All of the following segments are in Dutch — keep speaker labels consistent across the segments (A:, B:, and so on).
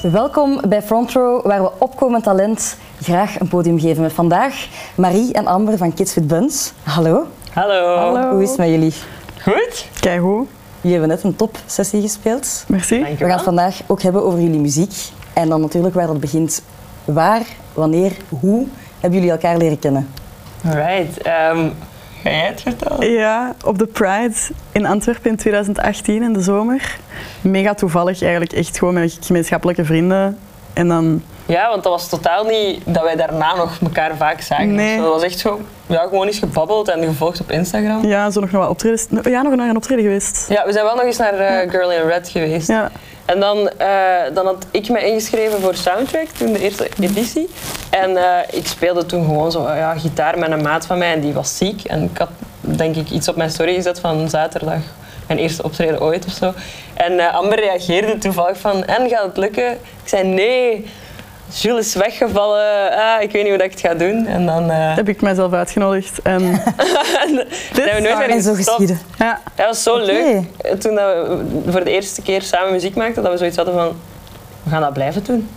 A: Welkom bij Front Row, waar we opkomend talent graag een podium geven. Met vandaag Marie en Amber van Kids with Buns. Hallo.
B: Hallo.
C: Hallo.
A: Hoe is het met jullie?
B: Goed?
C: Keigoed.
A: Jullie hebben net een topsessie gespeeld.
C: Merci.
B: Dank
A: We gaan het vandaag ook hebben over jullie muziek. En dan natuurlijk waar dat begint. Waar, wanneer, hoe hebben jullie elkaar leren kennen?
B: Right. ehm, ga jij het vertellen?
C: Ja, op de Pride in Antwerpen in 2018 in de zomer. Mega toevallig eigenlijk, echt gewoon met gemeenschappelijke vrienden. En dan,
B: Ja, want dat was totaal niet dat wij daarna nog elkaar vaak zagen. Dus
C: Nee.
B: Dat was echt zo, ja, gewoon eens gebabbeld en gevolgd op Instagram. Ja,
C: ja, zo nog naar wat optredens. Ja, nog naar een optreden geweest.
B: we zijn wel nog eens naar eh, Girl in Red geweest.
C: Ja,
B: En dan, eh, dan had ik me ingeschreven voor Soundtrack, toen de eerste editie. En eh, ik speelde toen gewoon zo eh, ja, gitaar met een maat van mij en die was ziek. En ik had denk ik iets op mijn story gezet van zaterdag, mijn eerste optreden ooit of zo. En eh, Amber reageerde toevallig van, en gaat het lukken? Ik zei nee, Jules is weggevallen, ah, ik weet niet hoe dat ik het ga doen. En dan eh
C: heb ik mijzelf uitgenodigd. En
B: zijn we nooit meer
A: en zo
B: gestopt.
A: geschieden.
C: ja,
B: Ja, dat was zo leuk.
A: Oké.
B: Eh, Toen dat we voor de eerste keer samen muziek maakten, dat we zoiets hadden van, we gaan dat blijven doen.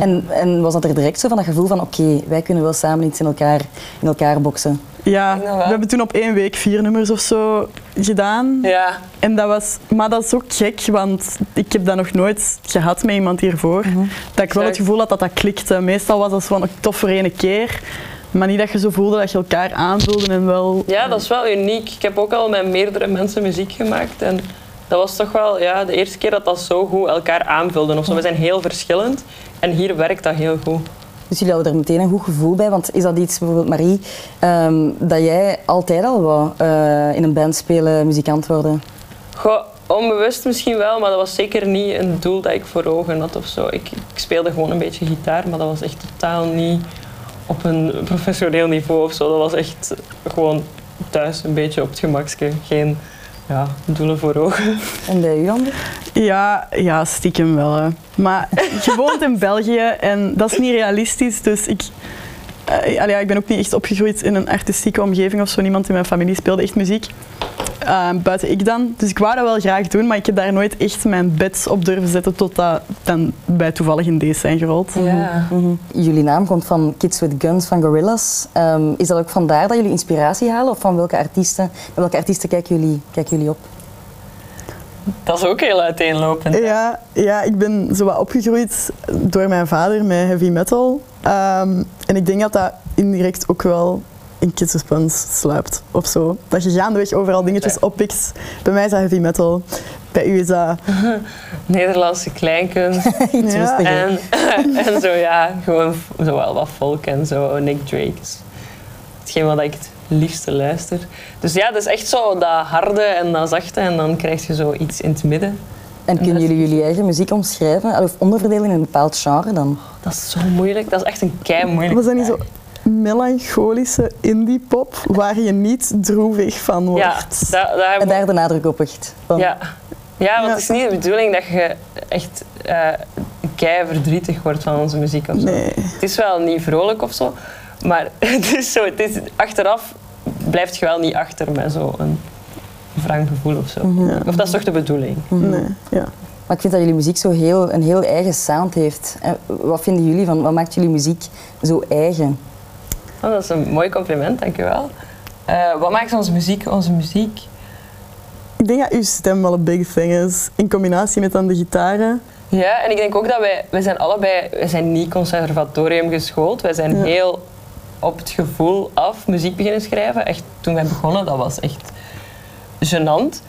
A: En, en was dat er direct zo van dat gevoel van oké, wij kunnen wel samen iets in elkaar, in elkaar boksen?
C: ja,
B: Ik
C: we
B: denk dat wel.
C: hebben toen op één week vier nummers of zo gedaan.
B: Ja,
C: En dat was, maar dat is ook gek, want ik heb dat nog nooit gehad met iemand hiervoor. Dat ik wel het
B: Exact.
C: gevoel had dat dat klikte. Meestal was dat zo van, "Oh, tof voor één keer. Maar niet dat je zo voelde dat je elkaar aanvulde en wel...
B: Ja, dat is wel uniek. Ik heb ook al met meerdere mensen muziek gemaakt. En dat was toch wel ja, de eerste keer dat dat zo goed elkaar aanvulden. Of zo. We zijn heel verschillend. En hier werkt dat heel goed.
A: Dus jullie hadden er meteen een goed gevoel bij, want is dat iets, bijvoorbeeld Marie, ehm, dat jij altijd al wou eh, in een band spelen, muzikant worden?
B: Goh, onbewust misschien wel, maar dat was zeker niet een doel dat ik voor ogen had of zo. Ik, ik speelde gewoon een beetje gitaar, maar dat was echt totaal niet op een professioneel niveau of zo. Dat was echt gewoon thuis een beetje op het gemakske. Geen ja, doelen voor ogen.
A: En bij u dan?
C: Ja, ja, stiekem wel. Hè. Maar je woont in België en dat is niet realistisch. Dus ik, eh, allee, ja, ik ben ook niet echt opgegroeid in een artistieke omgeving of zo. Niemand in mijn familie speelde echt muziek. Eh, buiten ik dan. Dus ik wou dat wel graag doen, maar ik heb daar nooit echt mijn bets op durven zetten totdat dan wij toevallig in deze zijn gerold.
B: Ja.
A: Mhm. Jullie naam komt van Kids with Guns van Gorillaz. Ehm, is dat ook vandaar dat jullie inspiratie halen? Of van welke artiesten, met welke artiesten kijken jullie, kijken jullie op?
B: Dat is ook heel uiteenlopend.
C: Ja, ja, ik ben zo wat opgegroeid door mijn vader met heavy metal. Ehm, en ik denk dat dat indirect ook wel in Kids with Buns sluipt of zo. Dat je gaandeweg overal dingetjes
B: Ja.
C: oppikt. Bij mij is dat heavy metal. Bij u is dat...
B: Nederlandse kleinkunst.
A: Iets
C: Ja,
A: rustiger.
B: En, en zo ja, gewoon f- zo wel wat folk en zo. Nick Drake is hetgeen wat ik het liefste luister. Dus ja, dat is echt zo dat harde en dat zachte en dan krijg je zo iets in het midden.
A: En kunnen jullie jullie eigen muziek omschrijven of onderverdelen in een bepaald genre dan?
B: Oh, Dat is zo moeilijk, dat is echt een kei moeilijk.
C: Was dat niet zo melancholische indie pop waar je niet droevig van wordt?
B: Ja, daar, daar
A: En daar de nadruk op echt. Van,
B: Ja. ja, want
C: Ja.
B: het is niet de bedoeling dat je echt eh kei verdrietig wordt van onze muziek of zo.
C: Nee.
B: Het is wel niet vrolijk of zo, maar het is zo, het is, achteraf blijft je wel niet achter met zo'n wrang gevoel of zo.
C: Ja.
B: Of dat is toch de bedoeling?
A: Mhm.
C: Nee, ja.
A: Maar ik vind dat jullie muziek zo heel, een heel eigen sound heeft. En wat vinden jullie van, wat maakt jullie muziek zo eigen?
B: Oh, dat is een mooi compliment, dankjewel. Eh wat maakt onze muziek onze muziek?
C: Ik denk dat uw stem wel een big thing is. In combinatie met dan de gitaren.
B: Ja, en ik denk ook dat wij, wij zijn allebei, wij zijn niet conservatorium geschoold. Wij zijn
C: Ja.
B: heel op het gevoel af muziek beginnen schrijven. Echt, toen wij begonnen, dat was echt gênant.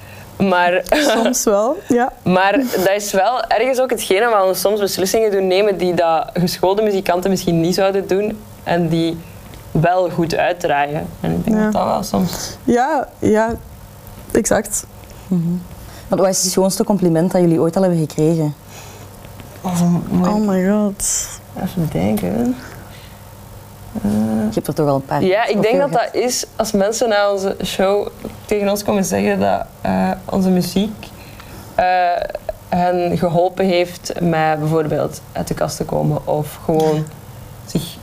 B: Maar,
C: Soms wel, ja.
B: maar dat is wel ergens ook hetgene waar we soms beslissingen doen nemen die dat geschoolde muzikanten misschien niet zouden doen en die wel goed uitdraaien. En ik denk
C: Ja.
B: dat dat wel soms...
C: Ja, ja, exact.
A: Want wat is het schoonste compliment dat jullie ooit al hebben gekregen?
C: Oh my god.
B: Even denken.
A: Je hebt er toch wel een paar.
B: Ja, ik
A: of
B: denk
A: veel
B: dat dat is als mensen na onze show tegen ons komen zeggen dat eh, onze muziek eh, hen geholpen heeft met bijvoorbeeld uit de kast te komen of gewoon zich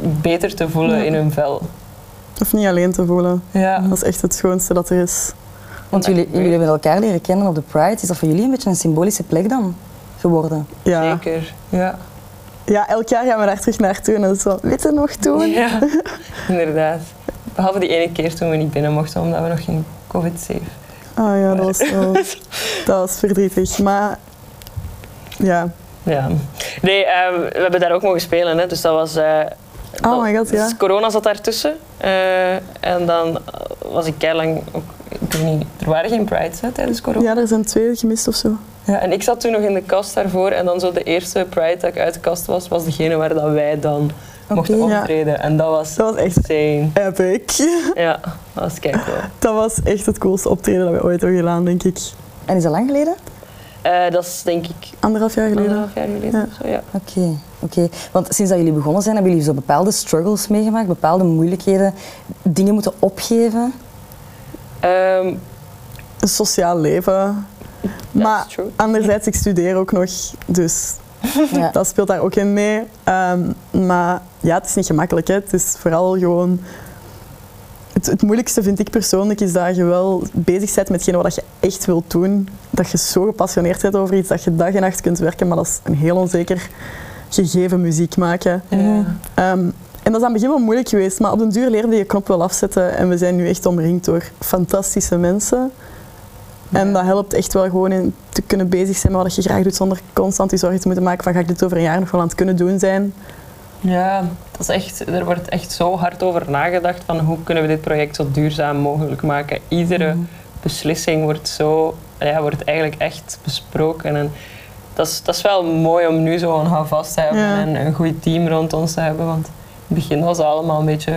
B: beter te voelen
C: Ja.
B: in hun vel.
C: Of niet alleen te voelen.
B: Ja.
C: Dat is echt het schoonste dat er is.
A: Want jullie, jullie hebben elkaar leren kennen op de Pride. Is dat voor jullie een beetje een symbolische plek dan? geworden.
C: Ja.
B: Zeker. Ja.
C: ja, elk jaar gaan we daar terug naartoe en dan is het zo, weet je nog toen?
B: ja, inderdaad. Behalve die ene keer toen we niet binnen mochten, omdat we nog geen COVID-safe.
C: Ah ja, dat was, wel- dat was verdrietig. Maar ja,
B: Ja. Nee, eh, we hebben daar ook mogen spelen, hè, dus dat was... eh, dat-
C: Oh my god, ja.
B: dus corona zat daartussen. eh, en dan was ik keilang ook... Ik weet niet, er waren geen prides hè, tijdens corona.
C: ja, er zijn twee gemist of zo.
B: Ja, en ik zat toen nog in de kast daarvoor en dan zo de eerste Pride dat ik uit de kast was, was degene waar dat wij dan mochten
C: ja.
B: optreden. En dat was,
C: Dat was echt
B: insane.
C: epic.
B: Ja, dat was kijk
C: Dat was echt het coolste optreden dat we ooit hebben gedaan, denk ik.
A: En is dat lang geleden?
B: Eh, dat is denk ik
C: Anderhalf jaar geleden.
B: anderhalf jaar geleden
C: Ja.
B: of zo, ja.
A: Oké, oké. Want sinds dat jullie begonnen zijn, hebben jullie zo bepaalde struggles meegemaakt, bepaalde moeilijkheden, dingen moeten opgeven.
B: Ehm,
C: Een sociaal leven. Maar
B: true.
C: anderzijds, ik studeer ook nog, dus
A: Ja.
C: dat speelt daar ook in mee. Ehm, maar ja, het is niet gemakkelijk. Hè. Het is vooral gewoon... Het, het moeilijkste vind ik persoonlijk is dat je wel bezig bent met hetgeen wat je echt wilt doen. Dat je zo gepassioneerd bent over iets dat je dag en nacht kunt werken, maar dat is een heel onzeker gegeven muziek maken.
B: Ja.
C: Ehm, en dat is aan het begin wel moeilijk geweest, maar op den duur leerde je knop wel afzetten. En we zijn nu echt omringd door fantastische mensen. En dat helpt echt wel gewoon in te kunnen bezig zijn met wat je graag doet, zonder constant die zorgen te moeten maken van ga ik dit over een jaar nog wel aan het kunnen doen zijn.
B: Ja, dat is echt, er wordt echt zo hard over nagedacht van hoe kunnen we dit project zo duurzaam mogelijk maken. Iedere
C: Mhm.
B: beslissing wordt zo, ja, wordt eigenlijk echt besproken. En dat is, dat is wel mooi om nu zo een houvast te hebben
C: Ja.
B: en een goed team rond ons te hebben. Want in het begin was het allemaal een beetje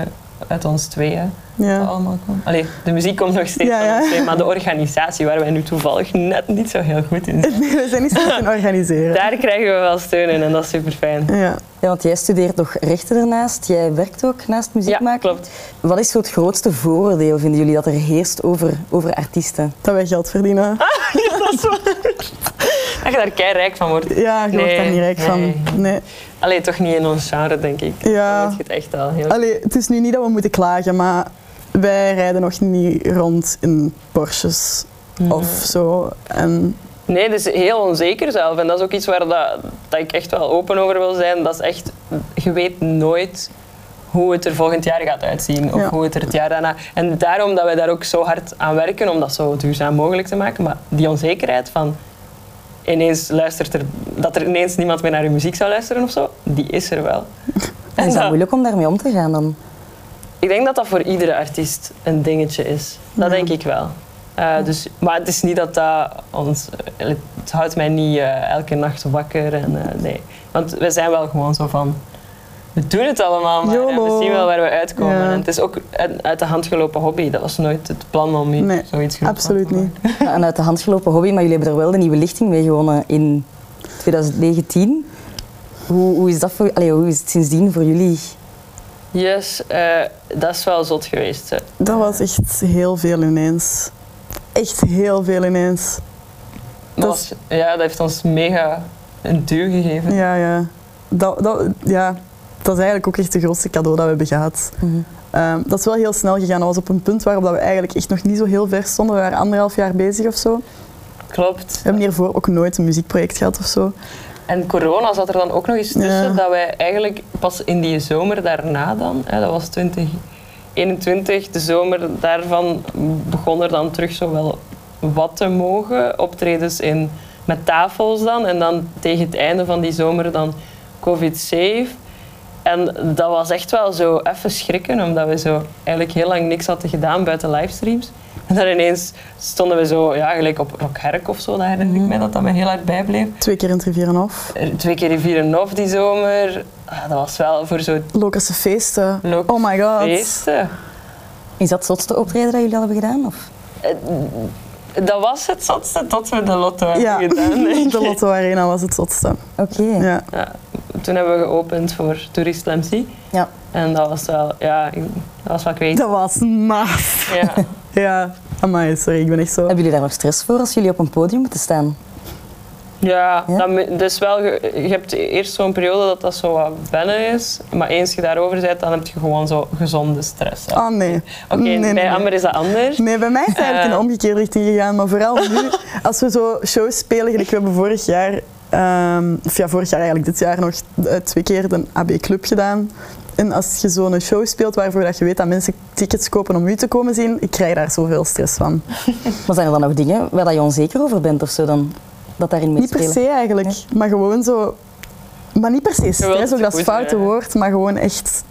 B: uit ons tweeën. dat
C: Ja.
B: Allemaal kwam. Allee, de muziek komt nog steeds
C: Ja,
B: van
C: ja.
B: ons twee, maar de organisatie waar wij nu toevallig net niet zo heel goed in zijn.
C: Nee, we zijn niet zo goed in organiseren.
B: Daar krijgen we wel steun in en dat is super fijn.
C: Ja.
A: Ja, want jij studeert nog rechten daarnaast, jij werkt ook naast muziek
B: Ja,
A: maken.
B: klopt.
A: Wat is zo het grootste vooroordeel, vinden jullie, dat er heerst over, over artiesten?
C: Dat wij geld verdienen.
B: Ah. Dat je daar kei rijk van wordt.
C: Ja, je wordt
B: Nee,
C: daar niet rijk
B: nee.
C: van. Nee.
B: Allee, toch niet in ons genre, denk ik.
C: Ja.
B: Dan moet je het echt al heel...
C: Allee, het is nu niet dat we moeten klagen, maar wij rijden nog niet rond in Porsches
B: Mhm.
C: of zo. En
B: Nee, dat is heel onzeker zelf. En dat is ook iets waar dat, dat ik echt wel open over wil zijn. Dat is echt... Je weet nooit hoe het er volgend jaar gaat uitzien. Of
C: Ja.
B: hoe het er het jaar daarna... En daarom dat wij daar ook zo hard aan werken, om dat zo duurzaam mogelijk te maken. Maar die onzekerheid van... Ineens luistert er... Dat er ineens niemand meer naar je muziek zou luisteren of zo, die is er wel.
A: En is dat moeilijk om daarmee om te gaan dan?
B: Ik denk dat dat voor iedere artiest een dingetje is. Dat
C: Ja.
B: denk ik wel. Eh, dus, maar het is niet dat dat ons... eh, Het houdt mij niet eh, elke nacht wakker. En, eh, nee. Want we zijn wel gewoon zo van... We doen het allemaal, maar eh, we
C: YOLO.
B: zien wel waar we uitkomen.
C: Ja.
B: En het is ook een uit de hand gelopen hobby. Dat was nooit het plan om hier
C: Nee,
B: zoiets groot van
C: absoluut
B: te maken.
C: niet.
A: Ja, Een uit de hand gelopen hobby, maar jullie hebben er wel de nieuwe lichting mee gewonnen in 2019. Hoe, hoe, is, dat voor, allee, hoe is het sindsdien voor jullie?
B: Yes, eh, dat is wel zot geweest. hè.
C: Dat was echt heel veel ineens. Echt heel veel ineens.
B: Dat
C: Dat is-
B: was- ja, dat heeft ons mega een duw gegeven.
C: Ja, ja. Dat, dat, ja. dat is eigenlijk ook echt de grootste cadeau dat we hebben gehad. Ehm, dat is wel heel snel gegaan. Dat was op een punt waarop dat we eigenlijk echt nog niet zo heel ver stonden. We waren anderhalf jaar bezig of zo.
B: Klopt.
C: We hebben hiervoor ook nooit een muziekproject gehad of zo.
B: En corona zat er dan ook nog eens tussen,
C: Ja.
B: dat wij eigenlijk pas in die zomer daarna dan, hè, dat was 2021, de zomer daarvan begon er dan terug zo wel wat te mogen, optredens in, met tafels dan. En dan tegen het einde van die zomer dan COVID-safe. En dat was echt wel zo even schrikken, omdat we zo eigenlijk heel lang niks hadden gedaan buiten livestreams. En dan ineens stonden we zo, ja, gelijk op Rock Herk of zo, dat herinner ik me dat dat me heel hard bijbleef.
C: Twee keer in het rivier en af.
B: Er- Eh, Twee keer in Vierenhof die zomer. Ah, dat was wel voor zo'n
C: Lokerse feesten.
B: Lokerse
C: oh my god.
B: feesten.
A: Is dat het zotste optreden dat jullie al hebben gedaan? Of?
B: Dat was het zotste tot we de lotto hebben
C: Ja,
B: gedaan. denk
C: de
B: ik.
C: Lotto Arena was het zotste.
A: Oké.
C: Ja.
B: Ja, toen hebben we geopend voor Tourist Lemsi.
A: Ja.
B: En dat was wel, ja, ik- dat was wel crazy.
C: Dat was maaf.
B: Ja.
C: Ja, amai, sorry, ik ben echt zo...
A: Hebben jullie daar nog stress voor als jullie op een podium moeten staan?
B: Ja,
A: Ja?
B: Dat, mu- dus wel, ge- je hebt eerst zo'n periode dat dat zo wat wennen is. Maar eens je daarover bent, dan heb je gewoon zo gezonde stress. hè.
C: Oh nee.
B: Oké,
C: Nee, nee,
B: bij
C: nee.
B: Amber is dat anders.
C: Nee, bij mij is het eigenlijk
B: Eh.
C: een omgekeerde richting gegaan. Maar vooral nu, als we zo shows spelen, gelijk we hebben vorig jaar Ehm, of ja, vorig jaar eigenlijk, dit jaar nog eh, twee keer de AB Club gedaan. En als je zo'n show speelt waarvoor dat je weet dat mensen tickets kopen om u te komen zien, ik krijg daar zoveel stress van.
A: Maar zijn er dan nog dingen waar dat je onzeker over bent of zo dan? Dat daarin
C: Niet per
A: meespelen?
C: se eigenlijk, maar gewoon zo... Maar niet per se
B: wilt
C: stress,
B: het
C: ook dat is
B: goed,
C: foute
B: ja.
C: woord, maar gewoon echt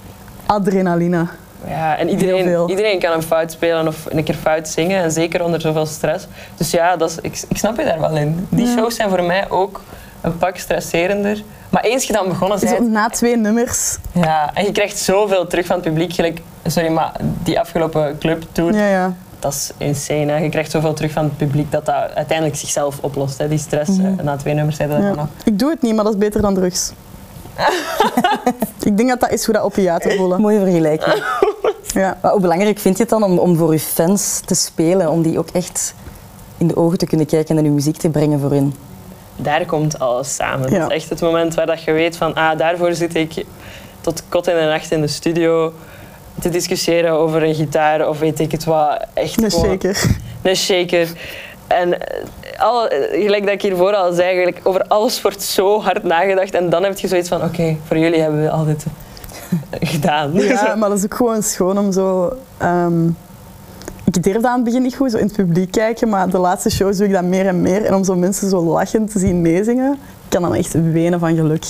C: adrenaline.
B: Ja, en
C: Heel
B: iedereen,
C: veel.
B: iedereen kan een fout spelen of een keer fout zingen. En zeker onder zoveel stress. Dus ja, dat is, ik, ik snap je daar wel in. Die shows zijn voor mij ook een pak stresserender. Maar eens je dan begonnen
C: Zo
B: bent...
C: na twee nummers.
B: Ja, en je krijgt zoveel terug van het publiek. Gelijk, sorry, maar die afgelopen clubtour,
C: Ja, ja.
B: dat is insane. Hè. Je krijgt zoveel terug van het publiek dat dat uiteindelijk zichzelf oplost. Hè. Die stress eh, na twee nummers hebben dat
C: Mhm. Ja.
B: dan nog.
C: Ik doe het niet, maar dat is beter dan drugs. ik denk dat dat is hoe dat opiaten voelen.
A: Mooie vergelijking.
C: Ja.
A: Maar hoe belangrijk vind je het dan om, om voor je fans te spelen, om die ook echt in de ogen te kunnen kijken en uw muziek te brengen voor hun?
B: daar komt alles samen.
C: Ja.
B: Dat is echt het moment waar dat je weet van, ah, daarvoor zit ik tot kot in de nacht in de studio te discussiëren over een gitaar of weet ik het wat. Echt
C: Dus
B: gewoon-
C: zeker.
B: Een shaker. En eh, alle, eh, gelijk dat ik hiervoor al zei, eigenlijk, over alles wordt zo hard nagedacht en dan heb je zoiets van, oké, voor jullie hebben we al dit eh, gedaan.
C: Ja, maar dat is ook gewoon schoon om zo... ehm, ik durfde aan het begin niet goed, zo in het publiek kijken, maar de laatste shows doe ik dat meer en meer. En om zo mensen zo lachend te zien meezingen, ik kan dan echt wenen van geluk.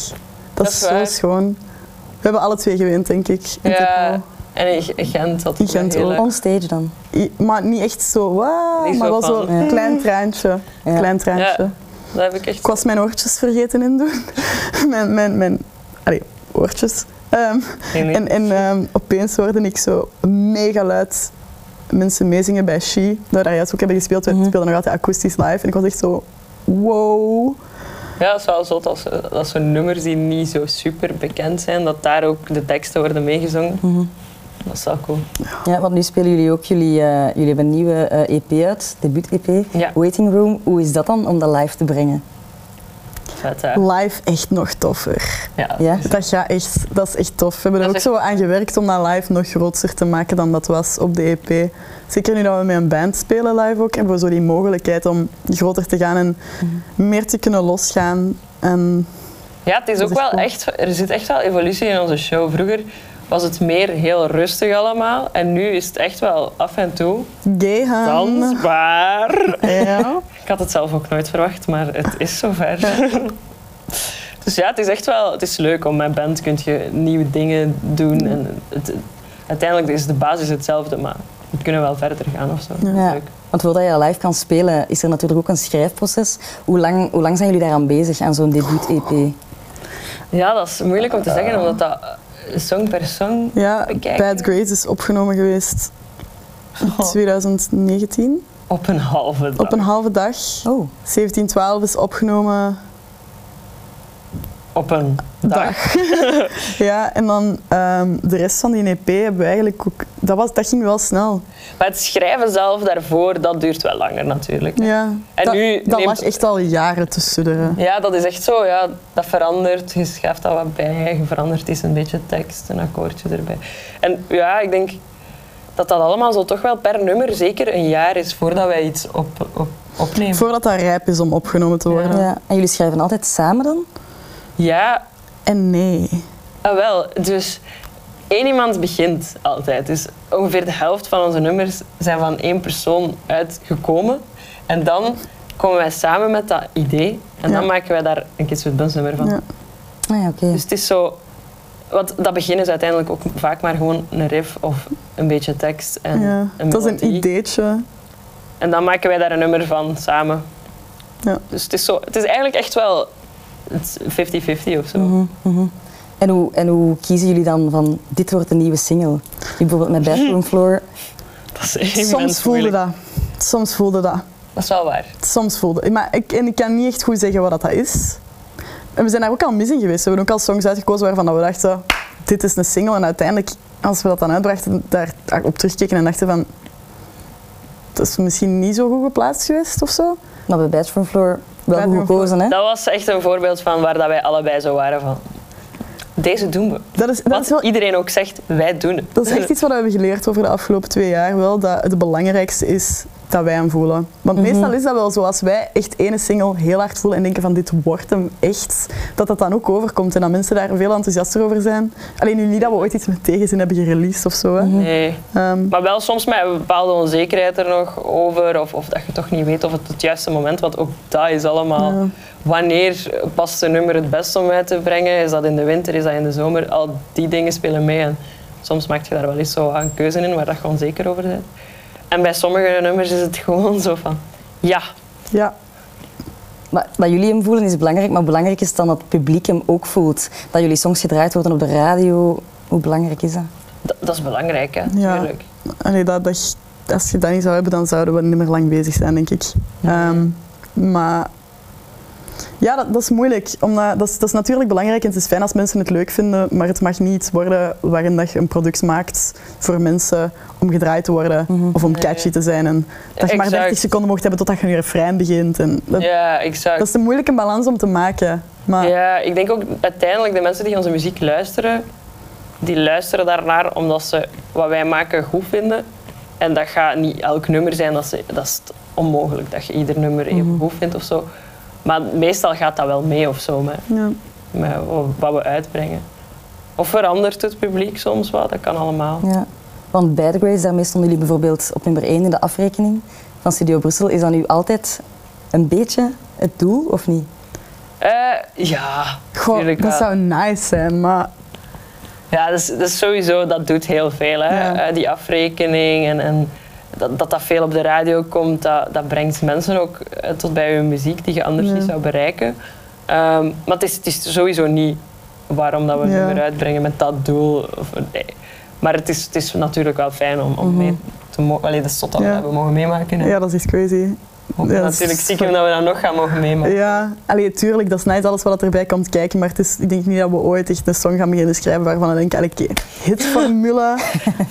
C: Dat,
B: is
C: is zo
B: waar.
C: schoon. We hebben alle twee gewend, denk ik. in
B: Ja,
C: Tepel.
B: en in G- in Gent had ik
C: In Gent
B: wel heel
C: ook.
B: erg.
A: On stage dan.
C: I- Maar niet echt zo, wauw,
B: Niet
C: maar
B: zo
C: wel zo'n
B: van,
A: eh.
C: klein traantje.
A: Ja.
C: Klein traantje.
B: Ja. Dat heb ik echt
C: Ik was mijn oortjes vergeten in doen. mijn, mijn, mijn, allee, oortjes. Ehm,
B: geen idee.
C: en en ehm, opeens hoorde ik zo mega luid mensen meezingen bij She, dat we daar juist ook hebben gespeeld. We
A: Mhm.
C: speelden nog altijd akoestisch live. En ik was echt zo, wow.
B: Ja, het is wel zot als, eh, als zo'n nummers die niet zo super bekend zijn, dat daar ook de teksten worden meegezongen.
A: Mhm.
B: Dat is wel cool.
A: Ja, want nu spelen jullie ook, jullie, eh, jullie hebben een nieuwe eh, EP uit, debuut-EP,
B: Ja.
A: Waiting Room. Hoe is dat dan om dat live te brengen?
B: Vet, hè?
C: Live echt nog toffer.
B: Ja.
A: Ja?
C: Dat, gaat echt, dat is echt tof. We hebben er
B: Dat
C: ook
B: is
C: zo aan gewerkt om dat live nog groter te maken dan dat was op de EP. Zeker nu dat we met een band spelen live ook, hebben we zo die mogelijkheid om groter te gaan en meer te kunnen losgaan. En
B: ja, het is
C: Dat
B: ook
C: is
B: wel
C: cool.
B: echt, er zit echt wel evolutie in onze show. Vroeger was het meer heel rustig allemaal en nu is het echt wel af en toe
C: gay gaan.
B: dansbaar.
C: Ja.
B: Ik had het zelf ook nooit verwacht, maar het is zover. dus ja, het is echt wel het is leuk om met band kun je nieuwe dingen doen. En het, uiteindelijk is de basis hetzelfde, maar we kunnen wel verder gaan of zo. Dat is
A: Ja.
B: leuk.
A: Want voordat je live kan spelen, is er natuurlijk ook een schrijfproces. Hoe lang, hoe lang zijn jullie daaraan bezig, aan zo'n E debuut-EP?
B: Ja, dat is moeilijk om te zeggen, omdat dat eh, song per song...
C: ja,
B: Bekijken.
C: Bad Grades is opgenomen geweest in
B: Oh.
C: 2019.
B: Op een halve dag.
C: Op een halve dag.
A: Oh,
C: 1712 is opgenomen
B: Op een dag.
C: dag. ja, en dan ehm, de rest van die EP hebben we eigenlijk ook... Dat, was, dat ging wel snel.
B: Maar het schrijven zelf daarvoor, dat duurt wel langer natuurlijk.
C: Ja.
B: En
C: dat,
B: nu
C: dat
B: neemt-
C: lag echt al jaren te sudderen.
B: Ja, dat is echt zo. Ja. Dat verandert, je schaft dat wat bij, je verandert eens een beetje tekst, een akkoordje erbij. En ja, ik denk dat dat allemaal zo toch wel per nummer zeker een jaar is voordat wij iets op, op, opnemen.
C: Voordat dat rijp is om opgenomen te worden.
A: ja. En jullie schrijven altijd samen dan?
B: Ja,
C: En nee.
B: ah, wel. Dus één iemand begint altijd. Dus ongeveer de helft van onze nummers zijn van één persoon uitgekomen. En dan komen wij samen met dat idee en dan
C: Ja.
B: maken wij daar een Kids with Buns nummer van.
C: Ja.
A: Ah ja, oké.
B: Dus het is zo... Want dat begin is uiteindelijk ook vaak maar gewoon een riff of een beetje tekst en
C: Ja.
B: een
C: Dat is een
B: melodie.
C: ideetje.
B: En dan maken wij daar een nummer van samen.
C: Ja.
B: Dus het is, zo, het is eigenlijk echt wel het is 50-50 of zo.
A: Mhm, mhm. En hoe, en hoe kiezen jullie dan van dit wordt de nieuwe single? Nu bijvoorbeeld met Bathroom Floor.
B: Dat is immens
C: Soms voelde
B: moeilijk.
C: dat. Soms voelde dat.
B: Dat is wel waar.
C: Soms voelde. Maar ik, en ik kan niet echt goed zeggen wat dat is. En we zijn daar ook al mis in geweest. We hebben ook al songs uitgekozen waarvan dat we dachten, dit is een single. En uiteindelijk, als we dat dan uitbrachten, daar op terugkeken en dachten van, dat is misschien niet zo goed geplaatst geweest of zo.
A: Maar bij Bathroom Floor wel
C: Bathroom
A: goed gekozen, hè?
B: Dat was echt een voorbeeld van waar dat wij allebei zo waren van... Deze doen we.
C: Dat is, dat
B: Wat
C: is wel
B: iedereen ook zegt, wij doen het.
C: Dat is echt iets wat we hebben geleerd over de afgelopen twee jaar wel, dat het belangrijkste is dat wij hem voelen. Want meestal is dat wel zo, als wij echt ene single heel hard voelen en denken van dit wordt hem echt, dat dat dan ook overkomt en dat mensen daar veel enthousiaster over zijn. Alleen nu niet dat we ooit iets met tegenzin hebben gereleased of zo. hè.
B: Nee.
C: Ehm,
B: Maar wel soms met een bepaalde onzekerheid er nog over. Of, of dat je toch niet weet of het het juiste moment Want ook dat is allemaal.
C: Ja.
B: Wanneer past een nummer het best om uit te brengen? Is dat in de winter? Is dat in de zomer? Al die dingen spelen mee. En soms maak je daar wel eens zo een keuze in waar dat je onzeker over bent. En bij sommige nummers is het gewoon zo van... Ja,
C: ja.
A: Maar dat jullie hem voelen is belangrijk, maar belangrijk is dan dat het publiek hem ook voelt. Dat jullie songs gedraaid worden op de radio, hoe belangrijk is dat?
B: dat, dat is belangrijk, hè,
C: Ja.
B: natuurlijk.
C: Allee, dat, dat, als je dat niet zou hebben, dan zouden we niet meer lang bezig zijn, denk ik. Ehm, maar ja, dat, dat is moeilijk. Omdat, dat, is, dat is natuurlijk belangrijk en het is fijn als mensen het leuk vinden, maar het mag niet iets worden waarin dat je een product maakt voor mensen om gedraaid te worden of om catchy te zijn. En dat je maar
B: Exact.
C: 30 seconden mocht hebben totdat je een refrein begint. En dat,
B: Ja, exact.
C: dat is een moeilijke balans om te maken. Maar ja,
B: Ja, ik denk ook uiteindelijk de mensen die onze muziek luisteren, die luisteren daarnaar omdat ze wat wij maken goed vinden. En dat gaat niet elk nummer zijn, dat, ze, dat is t- onmogelijk dat je ieder nummer even
C: Mhm.
B: goed vindt of zo. Maar meestal gaat dat wel mee of zo, met, met wa- wat we uitbrengen. Of verandert het publiek soms wat, dat kan allemaal.
A: Ja. Want bij The Grace, daarmee stonden jullie bijvoorbeeld op nummer 1 in de afrekening van Studio Brussel. Is dat nu altijd een beetje het doel, of niet?
B: Eh, ja,
C: Goh,
B: tuurlijk
C: dat
B: wel.
C: zou nice zijn, maar
B: Ja, dat is, dat is sowieso, dat doet heel veel. Hè?
C: Ja.
B: Eh, die afrekening en, en dat, dat dat veel op de radio komt, dat, dat brengt mensen ook eh, tot bij hun muziek die je anders
C: Ja.
B: niet zou bereiken. Ehm, maar het is, het is sowieso niet waarom dat we het
C: Ja.
B: nummer uitbrengen met dat doel. Of, nee. Maar het is, het is natuurlijk wel fijn om, om mee te mogen. Allee, dat is tot dat
C: Mhm. Ja.
B: we dat hebben mogen meemaken. hè.
C: ja, dat is echt crazy.
B: Ook
C: ja, dat is-
B: natuurlijk stiekem dat we dat nog gaan mogen meemaken.
C: Ja, allee, tuurlijk, dat is nice, alles wat erbij komt kijken. Maar het is, ik denk niet dat we ooit echt een song gaan beginnen schrijven waarvan we denken, allee, oké, hitformule. Eh,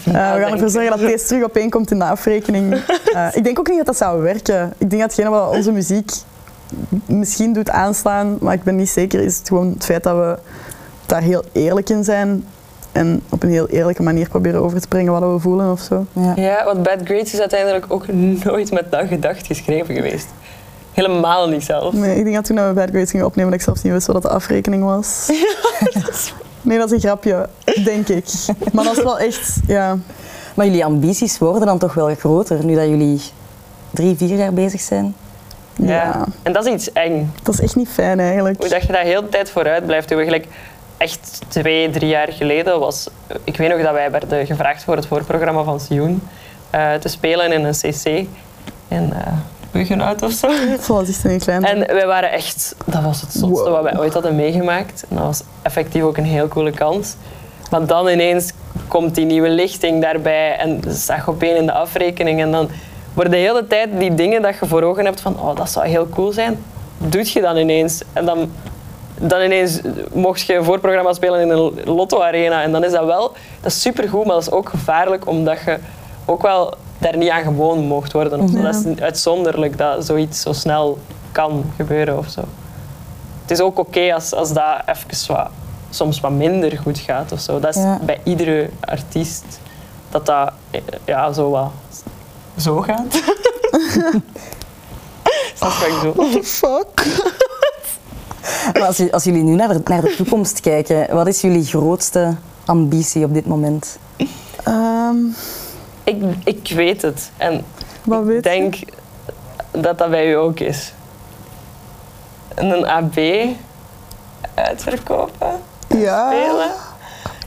C: we gaan
B: denk
C: ervoor
B: ik.
C: zorgen dat deze terug op één komt in de afrekening. Eh, ik denk ook niet dat dat zou werken. Ik denk datgene wat onze muziek misschien doet aanslaan, maar ik ben niet zeker, is het gewoon het feit dat we daar heel eerlijk in zijn. En op een heel eerlijke manier proberen over te brengen wat we voelen of zo.
A: Ja.
B: Ja, want Bad Grades is uiteindelijk ook nooit met dat gedacht geschreven geweest. Helemaal niet zelfs.
C: Nee, ik denk dat toen we Bad Grades gingen opnemen, dat ik zelfs niet wist wat dat de afrekening was. Nee, dat is een grapje, denk ik. Maar dat is wel echt, ja.
A: Maar jullie ambities worden dan toch wel groter, nu dat jullie drie, vier jaar bezig zijn?
C: ja.
B: En dat is iets eng.
C: Dat is echt niet fijn eigenlijk.
B: Hoe dat je daar heel de tijd vooruit blijft. Hoe we gelijk echt twee, drie jaar geleden was... Ik weet nog dat wij werden gevraagd voor het voorprogramma van Sioen eh, te spelen in een cc. In eh Buggenhout of zo.
C: Zoals echt een klein.
B: En wij waren echt... Dat was het zotste
C: Wow.
B: wat wij ooit hadden meegemaakt. En dat was effectief ook een heel coole kans. Maar dan ineens komt die nieuwe lichting daarbij en zag op één in de afrekening. En dan worden de hele tijd die dingen dat je voor ogen hebt van oh, dat zou heel cool zijn, doet je dan ineens. En dan, dan ineens mocht je een voorprogramma spelen in een Lotto Arena. En dan is dat wel... Dat is supergoed, maar dat is ook gevaarlijk omdat je ook wel daar niet aan gewoon mocht worden. of zo.
C: Ja.
B: Dat is uitzonderlijk dat zoiets zo snel kan gebeuren of zo. Het is ook oké als, als dat even wat, soms wat minder goed gaat of zo. Dat is
A: Ja.
B: bij iedere artiest dat dat eh, ja, zo wat zo gaat. Snap je wat ik bedoel?
C: What the fuck?
A: Maar als, jullie- als jullie nu naar de, naar de toekomst kijken, wat is jullie grootste ambitie op dit moment?
C: Ehm,
B: Ik, ik weet het. En
C: wat weet
B: ik denk dat dat bij u ook is. En een AB uitverkopen.
C: je? Ja.
B: spelen.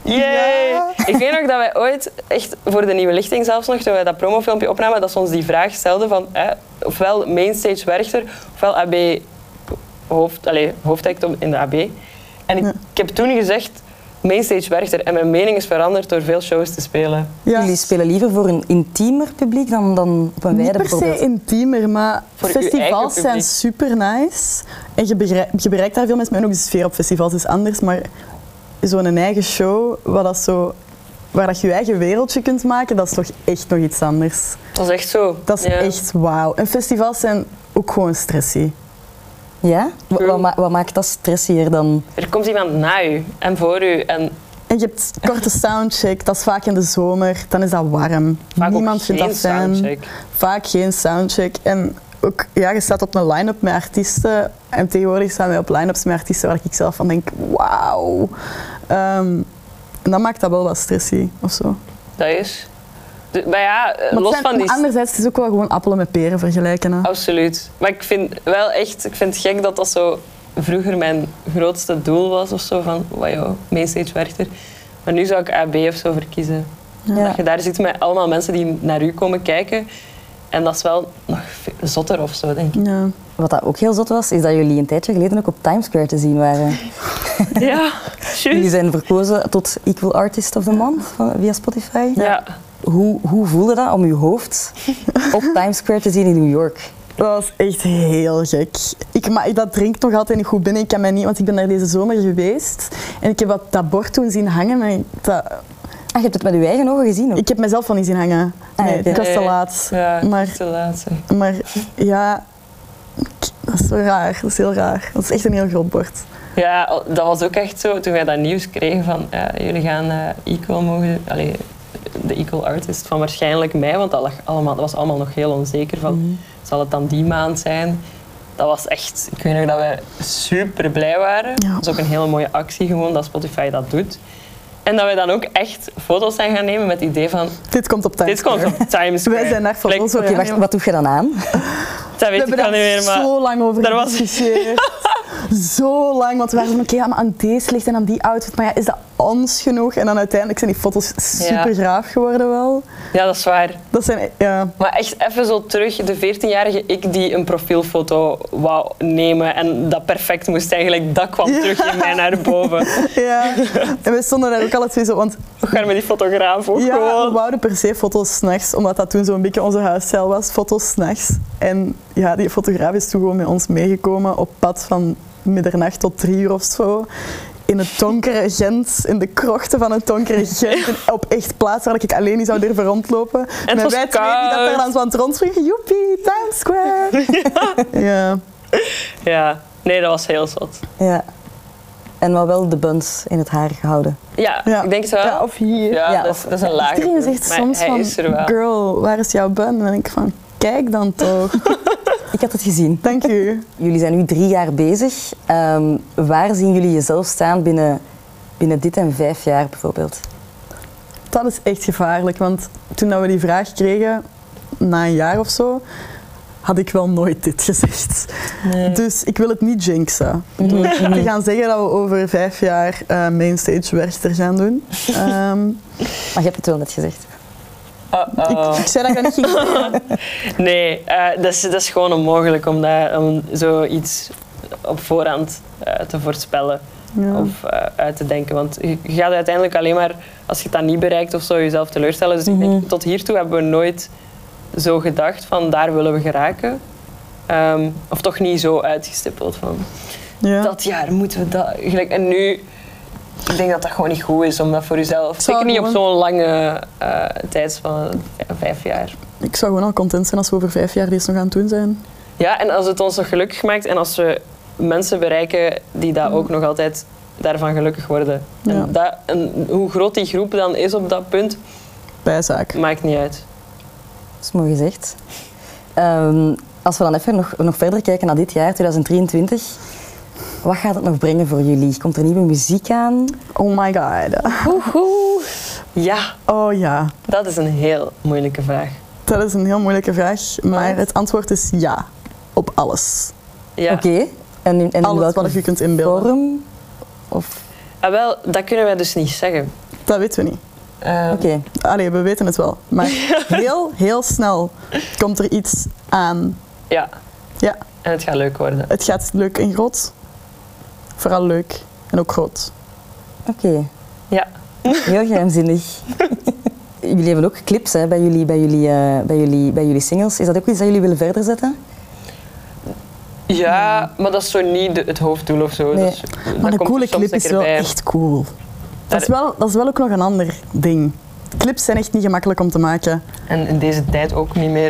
B: Yay! Ik weet nog dat wij ooit, echt voor de nieuwe lichting zelfs nog, toen wij dat promofilmpje opnamen, dat ze ons die vraag stelden van eh, ofwel mainstage Werchter, ofwel AB hoofd, allez, hoofdact op- in de AB. En ik,
C: Ja.
B: ik heb toen gezegd mainstage Werchter en mijn mening is veranderd door veel shows te spelen.
C: Ja.
A: Jullie spelen liever voor een intiemer publiek dan, dan op een
C: Niet
A: wijde
C: per se
A: bijvoorbeeld?
C: intiemer, maar
B: Voor uw
C: festivals
B: eigen
C: zijn
B: publiek.
C: super nice. En je bereikt, je bereikt daar veel mensen mee. En ook de sfeer op festivals is anders. Maar zo'n eigen show, wat dat zo, waar dat je je eigen wereldje kunt maken, dat is toch echt nog iets anders.
B: Dat is echt zo.
C: Dat is
B: Ja.
C: echt wauw. En festivals zijn ook gewoon stressy.
A: Ja? Wa-
B: True.
A: Wat,
C: Ehm.
A: ma- wat maakt dat stressier dan?
B: Er komt iemand na u en voor u en
C: En je hebt korte soundcheck, dat is vaak in de zomer, dan is dat warm.
B: Vaak ook
C: Niemand vindt
B: geen
C: dat fijn.
B: soundcheck.
C: Vaak geen soundcheck. En ook, ja, je staat op een line-up met artiesten. En tegenwoordig staan wij op line-ups met artiesten waar ik zelf van denk, wauw. Ehm, en dan maakt dat wel wat stressy of zo.
B: Dat is. De- maar ja, eh,
C: Maar het
B: los
C: zijn-
B: van die.
C: maar Anderzijds, het is ook wel gewoon appelen met peren vergelijken. Hè.
B: Absoluut. Maar ik vind wel echt, ik vind het gek dat dat zo vroeger mijn grootste doel was of zo van, wauw, mainstage werchter. Maar nu zou ik AB of zo verkiezen. Dat je daar zit met allemaal mensen die naar u komen kijken. En dat is wel nog veel zotter of zo, denk ik.
C: Ja.
A: Wat dat ook heel zot was, is dat jullie een tijdje geleden ook op Times Square te zien waren.
B: Ja,
A: Jullie
B: juist.
A: zijn verkozen tot Equal Artist of the Month van- via Spotify.
B: Ja.
A: Hoe, hoe voelde dat om je hoofd op Times Square te zien in New York?
C: Dat was echt heel gek. Ik, maar ik- dat drinkt nog altijd niet goed binnen. Ik kan mij niet, want ik ben daar deze zomer geweest. En ik heb dat, dat bord toen zien hangen. En ik- dat,
A: Ah, je hebt het met je eigen ogen gezien ook.
C: ik heb mezelf wel niet zien hangen.
A: Ah,
C: Nee,
A: oké.
C: ik was te
B: Nee.
C: laat.
B: Eh, Ja,
C: Maar-
B: te laat. hè.
C: Maar ja, ik- dat is zo raar. Dat is heel raar. Dat is echt een heel groot bord.
B: Ja, al- dat was ook echt zo toen wij dat nieuws kregen van ja, jullie gaan eh, Equal mogen, allee, de Equal Artist van waarschijnlijk mij, want dat, lag allemaal, dat was allemaal nog heel onzeker van
C: Mhm.
B: zal het dan die maand zijn. Dat was echt, ik weet nog dat wij super blij waren.
C: Ja.
B: Dat is ook een hele mooie actie gewoon dat Spotify dat doet. En dat wij dan ook echt foto's zijn gaan nemen met het idee van
C: Dit komt op tijd.
B: dit komt op Times Square.
C: Wij zijn daar
B: Like,
C: foto's voor.
A: Oké, wacht, wat doe je dan aan?
B: Dat
C: We
B: weet ik
C: hebben
B: al
C: daar
B: niet meer, maar
C: zo lang over
B: daar was-
C: gediscussieerd. zo lang, want we waren van oké, ja, maar aan deze ligt en aan die outfit. Maar ja, is dat ons genoeg? En dan uiteindelijk zijn die foto's super graaf geworden wel.
B: ja, dat is waar.
C: Dat zijn, e- ja,
B: Maar echt even zo terug, de 14-jarige ik die een profielfoto wou nemen en dat perfect moest eigenlijk, dat kwam terug in mij naar boven.
C: Ja, en we stonden daar ook alle twee zo, want
B: Hoe gaan we die fotograaf ook
C: ja, we
B: gewoon?
C: wouden per se foto's s'nachts, omdat dat toen zo'n beetje onze huisstijl was, foto's s'nachts. En ja, die fotograaf is toen gewoon met ons meegekomen op pad van middernacht tot drie uur of zo. In het donkere Gent, in de krochten van het donkere Gent, en op echt plaatsen waar ik alleen niet zou durven rondlopen. En
B: was
C: wij twee die dat
B: koud.
C: daar langs aan het rondvliegen, joepie, Times Square. ja.
B: Ja, nee, dat was heel zot.
A: Ja. En maar wel de buns in het haar gehouden.
B: Ja,
C: Ja.
B: ik denk het wel.
C: Ja, of hier.
B: Ja,
A: Ja,
B: dat, is,
A: of-
B: dat is een laag.
C: Iedereen zegt soms
B: hij
C: van,
B: is er wel.
C: girl, waar is jouw bun? En dan denk ik van, kijk dan toch.
A: Ik had het gezien.
C: Dank u.
A: Jullie zijn nu drie jaar bezig. Ehm, waar zien jullie jezelf staan binnen, binnen dit en vijf jaar bijvoorbeeld?
C: Dat is echt gevaarlijk, want toen dat we die vraag kregen, na een jaar of zo, had ik wel nooit dit gezegd. Dus ik wil het niet jinxen. Door te gaan zeggen dat we over vijf jaar eh, mainstage werchter gaan doen. Ehm,
A: Maar je hebt het wel net gezegd.
B: Uh-oh.
C: ik, ik zei dat ik dat niet ging
B: Oh, Nee, eh, dat, is, dat is gewoon onmogelijk om, dat, om zoiets op voorhand eh, te voorspellen.
C: Ja.
B: of eh, uit te denken. Want je je gaat uiteindelijk alleen maar, als je dat niet bereikt of zo, jezelf teleurstellen. Dus ik
C: Mhm.
B: denk, tot hiertoe hebben we nooit zo gedacht van daar willen we geraken. Ehm, of toch niet zo uitgestippeld van
C: Ja.
B: dat jaar moeten we dat. gelijk- En nu, ik denk dat dat gewoon niet goed is om dat voor jezelf.
C: Zou
B: Zeker niet op
C: gewoon-
B: zo'n lange eh, tijd van ja, vijf jaar.
C: Ik zou gewoon al content zijn als we over vijf jaar deze nog aan het doen zijn.
B: Ja, en als het ons nog gelukkig maakt en als we mensen bereiken die daar ook nog altijd daarvan gelukkig worden.
C: Ja.
B: En, dat, en hoe groot die groep dan is op dat punt,
C: Bijzaak.
B: maakt niet uit.
A: Dat is mooi gezegd. Ehm, als we dan even nog, nog verder kijken naar dit jaar, 2023. Wat gaat het nog brengen voor jullie? Komt er nieuwe muziek aan?
C: Oh my god.
B: Ja,
C: Oh ja.
B: dat is een heel moeilijke vraag.
C: Dat is een heel moeilijke vraag, maar
B: Want?
C: het antwoord is ja. Op alles.
B: Ja.
A: Oké. En, in- en in
C: Alles
A: welke
C: wat je kunt inbeelden.
A: vorm? Of,
B: Ah, wel, dat kunnen wij dus niet zeggen.
C: Dat weten we niet.
B: Ehm,
A: oké.
C: Allee, we weten het wel. Maar heel, heel snel komt er iets aan.
B: Ja,
C: Ja,
B: en het gaat leuk worden.
C: het gaat leuk en groot. Vooral leuk en ook groot.
A: Oké.
B: Ja.
A: Heel geheimzinnig. jullie hebben ook clips hè, bij, jullie, bij, jullie, eh, bij, jullie, bij jullie singles. Is dat ook iets dat jullie willen verder zetten?
B: Ja, maar dat is zo niet de- het hoofddoel of zo.
A: Nee.
B: Dat is- dat
C: Maar een
B: komt er
C: coole
B: soms
C: clip is
B: een keer
C: wel
B: bij.
C: echt cool. Dat
B: Daar-
C: is, wel, dat is wel ook nog een ander ding. Clips zijn echt niet gemakkelijk om te maken.
B: En in deze tijd ook niet meer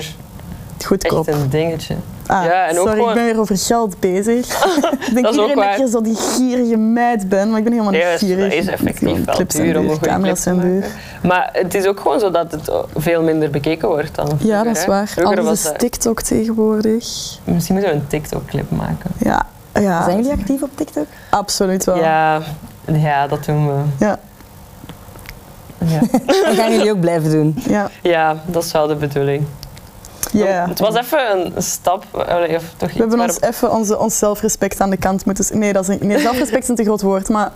B: echt
C: Goedkoop.
B: een dingetje.
C: Ah,
B: Ja, en ook
C: sorry,
B: gewoon-
C: ik ben weer over geld bezig. ik denk
B: ook
C: iedereen
B: waar.
C: dat ik hier zo die gierige meid ben, maar ik ben helemaal niet
B: Juist,
C: gierig.
B: dat is
C: Ik-
B: effectief wel
C: clips zijn
B: duur om een goede clip
C: camera's
B: te
C: zijn
B: maken.
C: duur.
B: Maar het is ook gewoon zo dat het veel minder bekeken wordt dan vroeger.
C: Ja, dat is
B: hè.
C: waar.
B: Vroeger
C: Alles
B: was
C: is
B: dat-
C: TikTok tegenwoordig.
B: Misschien moeten we een TikTok-clip maken.
C: Ja, ja.
A: Zijn jullie actief op TikTok?
C: Absoluut wel.
B: Ja, ja, dat doen we.
C: Ja,
B: Ja,
A: En gaan jullie ook blijven doen?
C: ja.
B: ja dat is wel de bedoeling.
C: ja.
B: Het was even een stap, allee, of toch iets
C: We hebben
B: waar-
C: ons even onze, ons zelfrespect aan de kant moeten... s- Nee, dat is een, nee zelfrespect is een te groot woord, maar...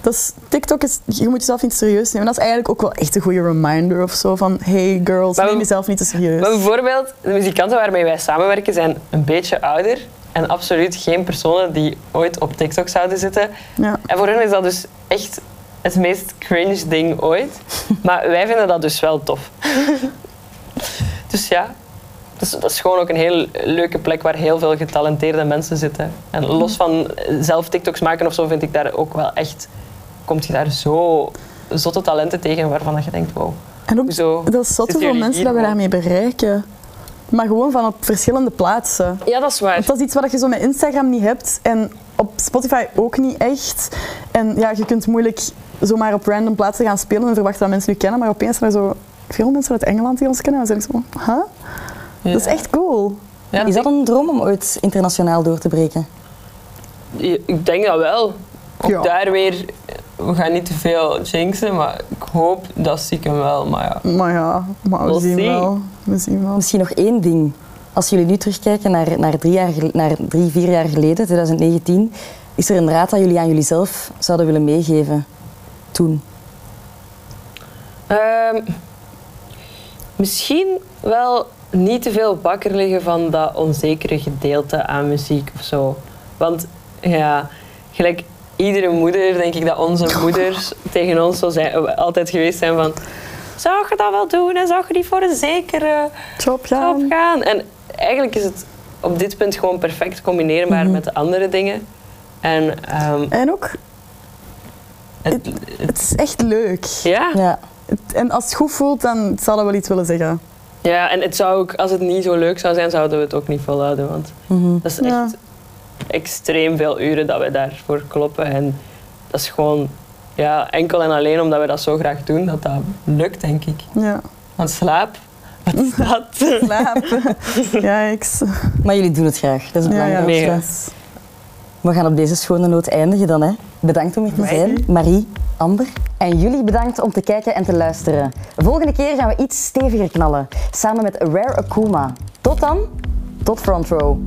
C: Dat is, TikTok is... Je moet jezelf niet serieus nemen. Dat is eigenlijk ook wel echt een goede reminder of zo. Van, hey girls,
B: Maar we-
C: neem jezelf niet te serieus.
B: Maar bijvoorbeeld, de muzikanten waarmee wij samenwerken zijn een beetje ouder en absoluut geen personen die ooit op TikTok zouden zitten.
C: Ja.
B: En voor hen is dat dus echt het meest cringe ding ooit. Maar wij vinden dat dus wel tof. dus ja, dat is, dat is gewoon ook een heel leuke plek waar heel veel getalenteerde mensen zitten. En los van zelf TikToks maken of zo, vind ik daar ook wel echt... Komt je daar zo zotte talenten tegen waarvan dat je denkt, wow,
C: En ook,
B: hoezo?
C: dat is zot
B: zitten
C: hoeveel
B: jullie
C: mensen
B: hier
C: dat we
B: ook?
C: daarmee bereiken. Maar gewoon van op verschillende plaatsen.
B: Ja, dat is waar.
C: Want dat is iets wat je zo met Instagram niet hebt en op Spotify ook niet echt. En ja, je kunt moeilijk zomaar op random plaatsen gaan spelen en verwachten dat mensen je kennen, maar opeens zijn er zo veel mensen uit Engeland die ons kennen. En dan zijn ik zo, huh? Dat is echt cool.
B: Ja,
A: Is dat een droom om ooit internationaal door te breken?
B: Ja, Ik denk dat wel. Ook
C: Ja.
B: daar weer, we gaan niet te veel jinxen, maar ik hoop dat stiekem wel. Maar ja.
C: Maar ja, maar we
B: We'll
C: zien
B: see.
C: wel. We zien wel.
A: Misschien nog één ding. Als jullie nu terugkijken naar, naar, drie, jaar, gel- naar drie, vier jaar geleden, 2019, is er een raad dat jullie aan jullie zelf zouden willen meegeven toen?
B: Ehm, misschien wel niet te veel wakker liggen van dat onzekere gedeelte aan muziek of zo. Want ja, gelijk iedere moeder, denk ik dat onze moeders tegen ons zo zijn, altijd geweest zijn van... Zou je dat wel doen en zou je die voor een zekere...
C: Job,
B: Op
C: ja.
B: gaan. En eigenlijk is het op dit punt gewoon perfect combineerbaar met de andere dingen. En ehm,
C: En ook,
B: het, het-
C: het is echt leuk.
B: ja.
A: Ja.
C: Het- En als het goed voelt, dan zal dat wel iets willen zeggen.
B: ja, en het zou ook, als het niet zo leuk zou zijn, zouden we het ook niet volhouden. Want
A: Mhm.
B: dat is echt
C: Ja.
B: extreem veel uren dat we daarvoor kloppen. En dat is gewoon ja, enkel en alleen omdat we dat zo graag doen, dat dat lukt, denk ik.
C: Ja.
B: Want slaap, wat is dat?
C: Slapen. ja, ik... s-
A: Maar jullie doen het graag. Dat is
C: Ja, ja.
A: belangrijk.
B: Nee.
C: dat is-
A: We gaan op deze schone noot eindigen dan. Hè. Bedankt om hier te zijn, Marie, Amber. En jullie bedankt om te kijken en te luisteren. Volgende keer gaan we iets steviger knallen, samen met Rare Akuma. Tot dan, tot front row.